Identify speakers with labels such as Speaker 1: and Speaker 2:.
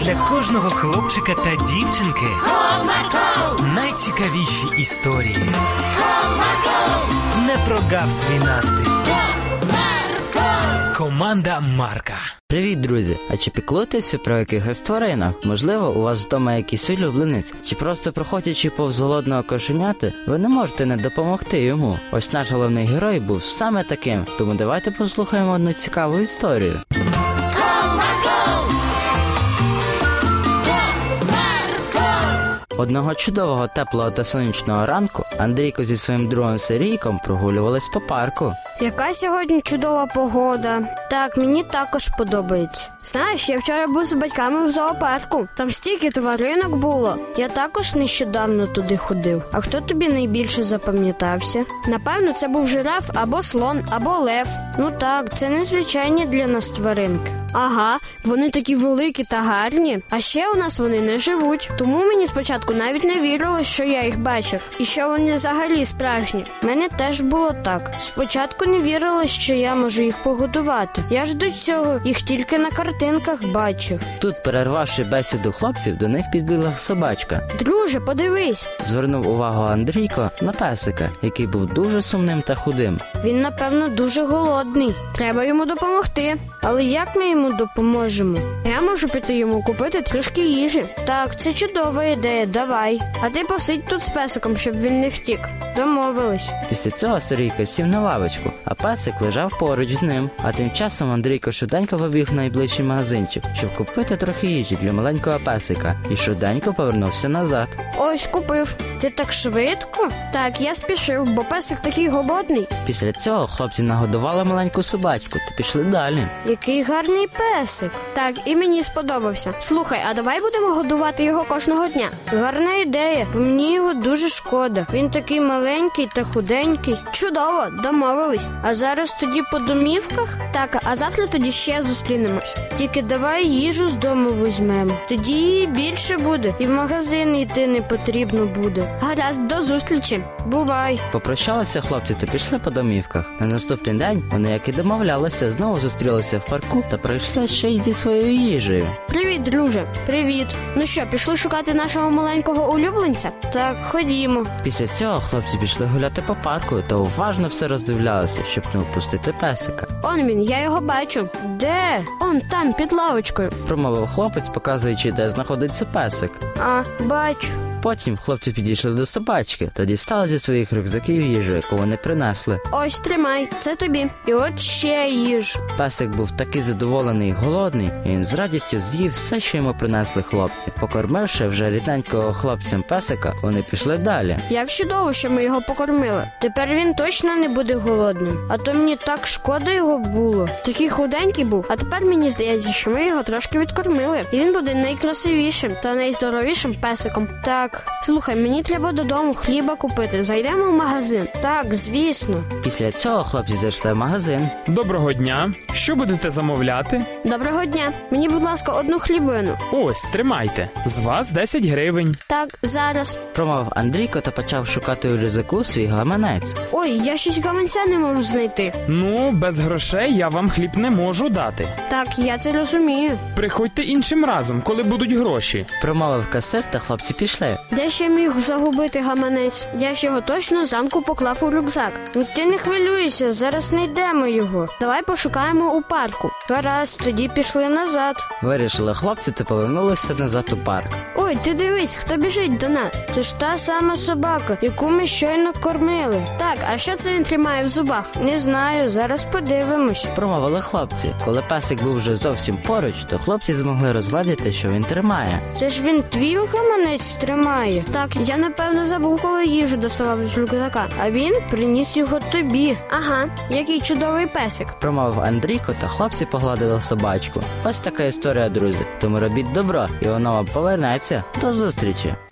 Speaker 1: для кожного хлопчика та дівчинки найцікавіші історії. Не прогав свій настрій. Команда Марка.
Speaker 2: Привіт, друзі! А чи піклуєтесь ви про якихось тваринок? Можливо, у вас вдома якийсь улюбленець, чи просто проходячи повз голодного кошеняти, ви не можете не допомогти йому. Ось наш головний герой був саме таким. Тому давайте послухаємо одну цікаву історію. Одного чудового теплого та сонячного ранку Андрійко зі своїм другом Сергійком прогулювались по парку.
Speaker 3: Яка сьогодні чудова погода. Так, мені також подобається. Знаєш, я вчора був з батьками в зоопарку. Там стільки тваринок було. Я також нещодавно туди ходив. А хто тобі найбільше запам'ятався? Напевно, це був жираф або слон, або лев. Ну так, це незвичайні для нас тваринки. Ага, вони такі великі та гарні. А ще у нас вони не живуть. Тому мені спочатку навіть не вірили, що я їх бачив, і що вони взагалі справжні. В Мене теж було так. Спочатку не вірила, що я можу їх погодувати. Я ж до цього їх тільки на картинках бачив.
Speaker 2: Тут, перервавши бесіду хлопців, до них підбігла собачка.
Speaker 3: Друже, подивись,
Speaker 2: Звернув увагу Андрійко на песика, який був дуже сумним та худим.
Speaker 3: він напевно дуже голодний. Треба йому допомогти. Але як ми йому допоможемо? Я можу піти йому купити трішки їжі. Так, це чудова ідея, давай. А ти посидь тут з песиком, щоб він не втік. Домовились.
Speaker 2: Після цього Сергійко сів на лавочку, а песик лежав поруч з ним. А тим часом Андрійко швиденько побіг в найближчий магазинчик, щоб купити трохи їжі для маленького песика, і швиденько повернувся назад.
Speaker 3: Ось купив. Ти так швидко? Так, я спішив, бо песик такий голодний.
Speaker 2: Після цього хлопці нагодували маленьку собачку та пішли далі.
Speaker 3: Який гарний песик. Так, і мені сподобався. Слухай, а давай будемо годувати його кожного дня. Гарна ідея, бо мені його дуже шкода. Він такий маленький та худенький. Чудово, домовились. А зараз тоді по домівках? Так, а завтра тоді ще зустрінемось. Тільки давай їжу з дому візьмемо. Тоді її більше буде, і в магазин йти не потрібно буде. Гаразд, до зустрічі. Бувай.
Speaker 2: Попрощалися хлопці та пішли по домівках. На наступний день вони, як і домовлялися, знову зустрілися в парку та прийшли ще й зі своєю їжею.
Speaker 3: Привіт, друже. Привіт. Ну що, пішли шукати нашого маленького улюбленця? Так, ходімо.
Speaker 2: Після цього хлопці пішли гуляти по парку та уважно все роздивлялися, щоб не впустити песика.
Speaker 3: Он він, я його бачу. Де? Он там, під лавочкою.
Speaker 2: Промовив хлопець, показуючи, де знаходиться песик.
Speaker 3: А, бачу.
Speaker 2: Потім хлопці підійшли до собачки та дістали зі своїх рюкзаків їжу, яку вони принесли.
Speaker 3: Ось тримай, це тобі. І от ще їж.
Speaker 2: Песик був такий задоволений і голодний, і він з радістю з'їв все, що йому принесли хлопці. Покормивши вже рідненького хлопцям песика, вони пішли далі.
Speaker 3: Як чудово, що ми його покормили. Тепер він точно не буде голодним. А то мені так шкода його було. Такий худенький був. А тепер мені здається, що ми його трошки відкормили. І він буде найкрасивішим та найздоровішим песиком. Так, слухай, мені треба додому хліба купити. Зайдемо в магазин. Так, звісно.
Speaker 2: Після цього хлопці зайшли в магазин.
Speaker 4: Доброго дня! Що будете замовляти?
Speaker 3: Доброго дня. Мені, будь ласка, одну хлібину.
Speaker 4: Ось, тримайте. З вас 10 гривень.
Speaker 3: Так, зараз.
Speaker 2: Промовив Андрійко та почав шукати у рюкзаку свій гаманець.
Speaker 3: Ой, я щось гаманця не можу знайти.
Speaker 4: Ну, без грошей я вам хліб не можу дати.
Speaker 3: Так, я це розумію.
Speaker 4: Приходьте іншим разом, коли будуть гроші.
Speaker 2: Промовив касир та хлопці пішли.
Speaker 3: Де ще міг загубити гаманець? Я ж його точно зранку поклав у рюкзак. Ну ти не хвилюйся, зараз знайдемо його. Давай пошукаємо у парку. Гаразд, тоді пішли назад.
Speaker 2: Вирішили хлопці та повернулися назад у парк.
Speaker 3: Ой, ти дивись, хто біжить до нас. Це ж та сама собака, яку ми щойно кормили. Так, а що це він тримає в зубах? Не знаю, зараз подивимось.
Speaker 2: Промовили хлопці. Коли песик був вже зовсім поруч, то хлопці змогли розгладити, що він тримає.
Speaker 3: Це ж він твій гаманець тримає. Так, я напевно забув, коли їжу доставав з рюкзака, а він приніс його тобі. Ага, який чудовий песик.
Speaker 2: Промовив Андрійко, та хлопці погладили собачку. Ось така історія, друзі. Тому робіть добро, і воно вам повернеться. До зустрічі.